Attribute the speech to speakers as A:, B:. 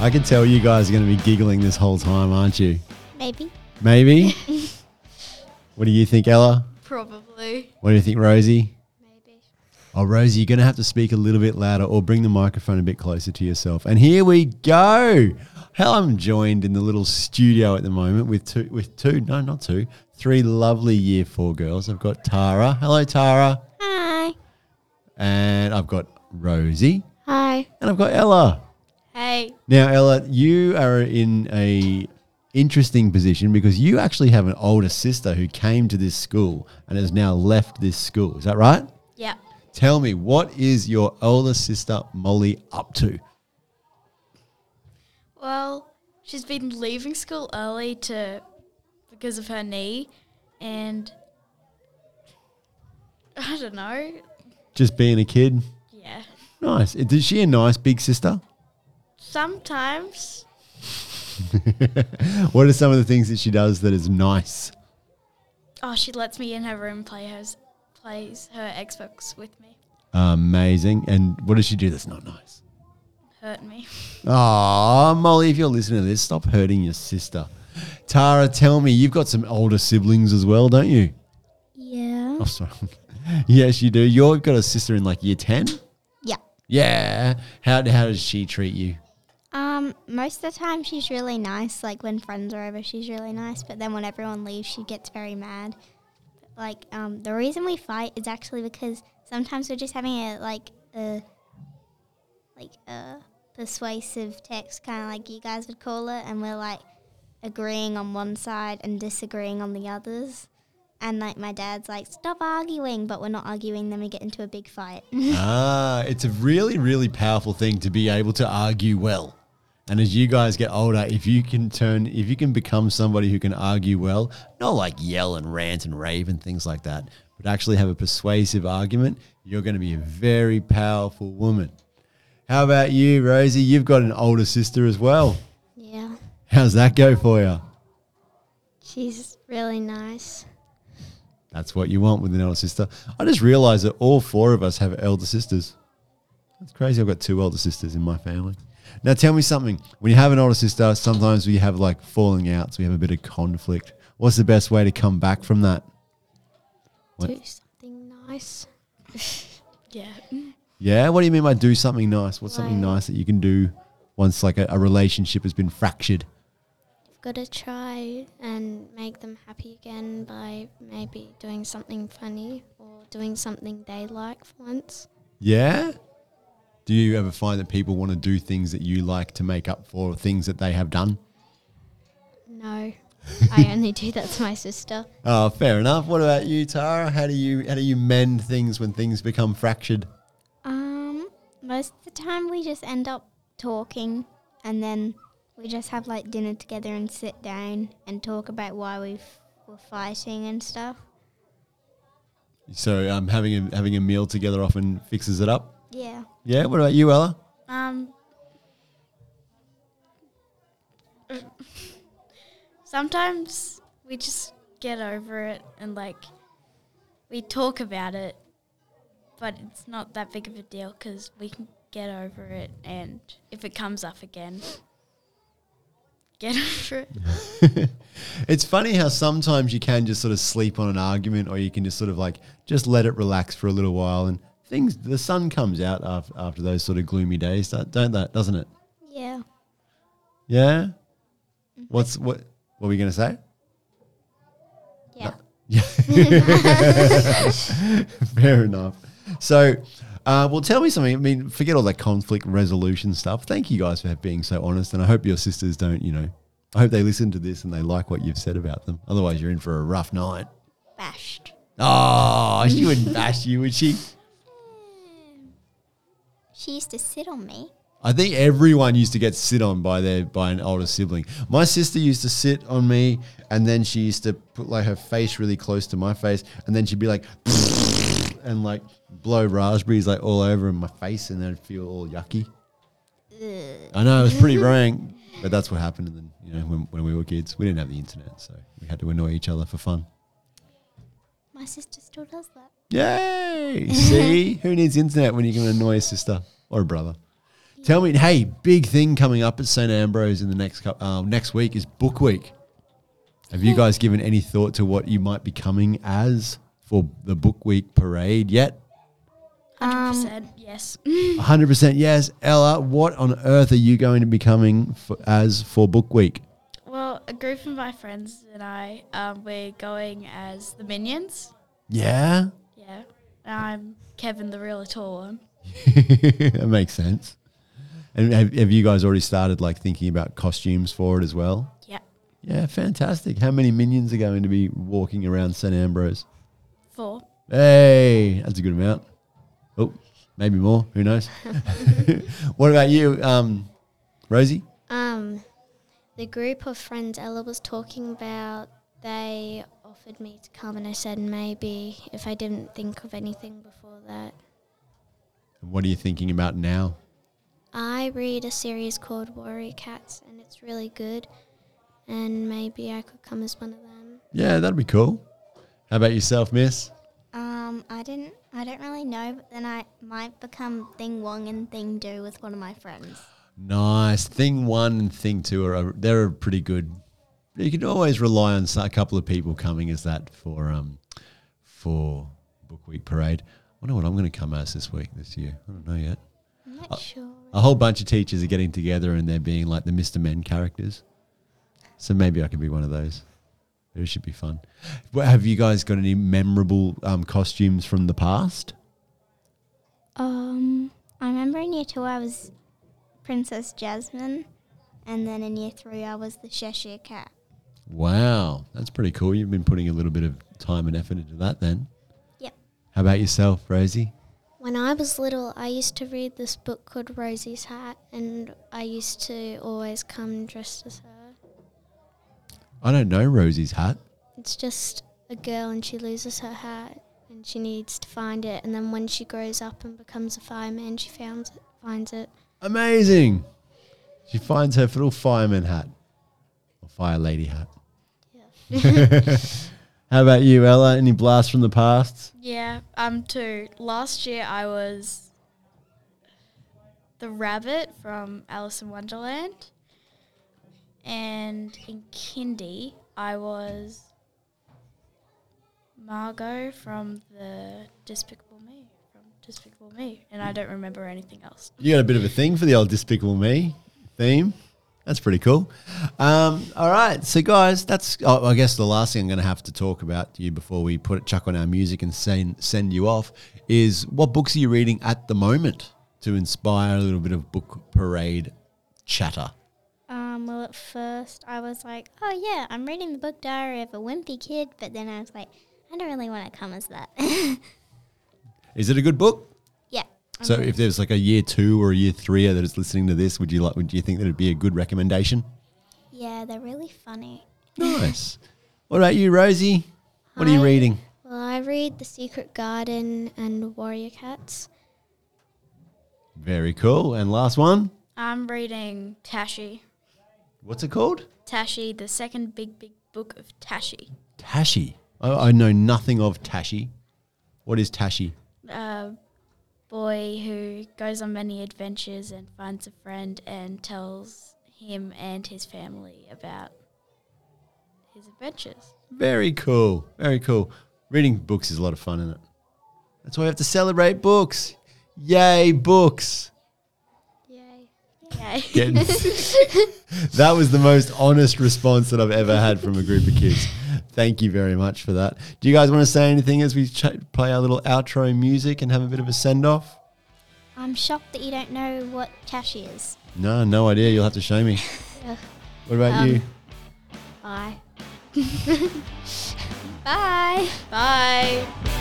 A: I can tell you guys are going to be giggling this whole time, aren't you?
B: Maybe.
A: Maybe. what do you think, Ella?
C: Probably.
A: What do you think, Rosie?
B: Maybe.
A: Oh, Rosie, you're going to have to speak a little bit louder or bring the microphone a bit closer to yourself. And here we go. Hell, I'm joined in the little studio at the moment with two, with two, no, not two, three lovely year four girls. I've got Tara. Hello, Tara.
B: Hi.
A: And I've got Rosie.
B: Hi.
A: And I've got Ella.
C: Hey.
A: Now, Ella, you are in a interesting position because you actually have an older sister who came to this school and has now left this school. Is that right?
C: Yeah.
A: Tell me, what is your older sister Molly up to?
C: Well, she's been leaving school early to because of her knee and I don't know.
A: Just being a kid.
C: Yeah.
A: Nice. Is she a nice big sister?
C: Sometimes
A: What are some of the things that she does that is nice?
C: oh she lets me in her room play her plays her Xbox with me.
A: um, Amazing. And what does she do that's not nice?
C: Hurt me.
A: Ah, Molly, if you're listening to this, stop hurting your sister. Tara, tell me, you've got some older siblings as well, don't you?
B: Yeah.
A: Oh, sorry. yes, you do. You've got a sister in like year 10?
B: Yeah.
A: Yeah. How, how does she treat you?
B: Um, most of the time she's really nice. Like when friends are over, she's really nice. But then when everyone leaves, she gets very mad. But, like, um, the reason we fight is actually because sometimes we're just having a like a like a persuasive text, kind of like you guys would call it, and we're like agreeing on one side and disagreeing on the others. And like my dad's like, stop arguing, but we're not arguing. Then we get into a big fight.
A: Ah, it's a really, really powerful thing to be able to argue well. And as you guys get older, if you can turn, if you can become somebody who can argue well, not like yell and rant and rave and things like that, but actually have a persuasive argument, you're going to be a very powerful woman. How about you, Rosie? You've got an older sister as well.
B: yeah,
A: How's that go for you?
B: she's really nice.
A: That's what you want with an elder sister. I just realized that all four of us have elder sisters. That's crazy. I've got two elder sisters in my family. Now tell me something. When you have an older sister, sometimes we have like falling outs, we have a bit of conflict. What's the best way to come back from that? What-
B: Do something nice.
C: Yeah.
A: Yeah, what do you mean by do something nice? What's something
B: Right.
A: nice that you can do once like a, a relationship has been fractured?
D: You've got to try and make them happy again by maybe doing something funny or doing something they like for once.
A: Yeah? Do you ever find that people want to do things that you like to make up for things that they have done?
D: No, I only do that to my sister.
A: Oh, fair enough. What about you, Tara? How do you how do you mend things when things become fractured?
B: Um, most of the time we just end up talking and then we just have like dinner together and sit down and talk about why we f- were fighting and stuff.
A: So um, having a, having a meal together often fixes it up.
B: Yeah.
A: Yeah. What about you, Ella?
C: Um Sometimes we just get over it and like we talk about it, but it's not that big of a deal because we can get over it. And if it comes up again, get over it.
A: It's funny how sometimes you can just sort of sleep on an argument, or you can just sort of like just let it relax for a little while, and things the sun comes out after, after those sort of gloomy days, don't don't that? Doesn't it?
B: Yeah.
A: Yeah. What's what? What were we gonna say?
B: Yeah.
A: Yeah. Fair enough. So, uh, well, tell me something. I mean, forget all that conflict resolution stuff. Thank you guys for being so honest. And I hope your sisters don't, you know, I hope they listen to this and they like what you've said about them. Otherwise, you're in for a rough night.
B: Bashed.
A: Oh, she wouldn't bash you, would she?
B: She used to sit on me.
A: I think everyone used to get sit on by their by an older sibling. My sister used to sit on me, and then she used to put like her face really close to my face, and then she'd be like, and like blow raspberries like all over in my face, and then I'd feel all yucky. I know it was pretty rank, but that's what happened. And then you know when, when we were kids, we didn't have the internet, so we had to annoy each other for fun.
B: My sister still does that.
A: Yay! See, who needs internet when you can annoy a sister or a brother? Tell me, hey, big thing coming up at St Ambrose in the next cou- um, next week is Book Week. Have you guys given any thought to what you might be coming as for the Book Week parade yet?
C: Hundred
B: Um,
C: percent. Yes.
A: 100% yes. Ella, what on earth are you going to be coming for, as for Book Week?
C: Well, a group of my friends and I, um, we're going as the minions.
A: Yeah?
C: Yeah. And I'm Kevin, the real tall one.
A: that makes sense. And have, have you guys already started like thinking about costumes for it as well?
C: Yeah.
A: Yeah, fantastic. How many minions are going to be walking around St. Ambrose?
C: Four.
A: Hey, that's a good amount. Oh, maybe more. Who knows? what about you, um, Rosie?
D: Um, the group of friends Ella was talking about, they offered me to come, and I said maybe if I didn't think of anything before that.
A: What are you thinking about now?
D: I read a series called Warrior Cats, and it's really good, and maybe I could come as one of them.
A: Yeah, that'd be cool. How about yourself, Miss?
B: Um, I didn't. I don't really know, but then I might become Thing Wong and Thing Do with one of my friends.
A: Nice. Thing one and thing two are they're a pretty good. You can always rely on so- a couple of people coming as that for um for book week parade. I wonder what I'm going to come as this week this year. I don't know yet.
D: I'm not sure.
A: A whole bunch of teachers are getting together and they're being like the Mr. Men characters. So maybe I could be one of those. It should be fun. Well, have you guys got any memorable um, costumes from the past?
B: Um, I remember in year two I was Princess Jasmine, and then in year three I was the Cheshire Cat.
A: Wow, that's pretty cool. You've been putting a little bit of time and effort into that then.
B: Yep.
A: How about yourself, Rosie?
D: When I was little, I used to read this book called Rosie's Hat, and I used to always come dressed as her.
A: I don't know Rosie's hat.
D: It's just a girl and she loses her hat and she needs to find it. And then when she grows up and becomes a fireman, she founds it, finds it.
A: Amazing. She finds her little fireman hat or fire lady hat. How about you, Ella? Any blasts from the past?
C: Yeah. Um. Two. Last year I was the rabbit from Alice in Wonderland, and in kindy I was Margot from the Despicable Me from Despicable Me, and I don't remember anything else.
A: You got a bit of a thing for the old Despicable Me theme. That's pretty cool. Um, all right, so guys, that's oh, I guess the last thing I'm going to have to talk about to you before we put it chuck on our music and send send you off is what books are you reading at the moment to inspire a little bit of book parade chatter.
B: Um, well, at first I was like, oh yeah, I'm reading the book Diary of a Wimpy Kid, but then I was like, I don't really want to come as that.
A: Is it a good book?
B: yeah.
A: So if there's like a year two or a year three that is listening to this, would you like? Would you think that it'd be a good recommendation?
B: Yeah, they're really funny.
A: Nice. what about you, Rosie? What are you
D: I-
A: reading?
D: Well, I read The Secret Garden and Warrior Cats.
A: Very cool. And last one.
C: I'm reading Tashi.
A: What's it called?
C: Tashi, the second big big book of Tashi.
A: Tashi. I, I know nothing of Tashi. What is Tashi?
C: a boy who goes on many adventures and finds a friend and tells him and his family about his adventures.
A: Very cool. Very cool. Reading books is a lot of fun, isn't it? That's why we have to celebrate books. Yay, books.
D: Yay.
C: Yeah.
A: Getting- that was the most honest response that I've ever had from a group of kids. Thank you very much for that. Do you guys want to say anything as we ch- play our little outro music and have a bit of a send off?
B: I'm shocked that you don't know what Tashi is.
A: No, no idea. You'll have to show me.
D: Yeah.
A: What about you?
D: Bye.
C: Bye. Bye.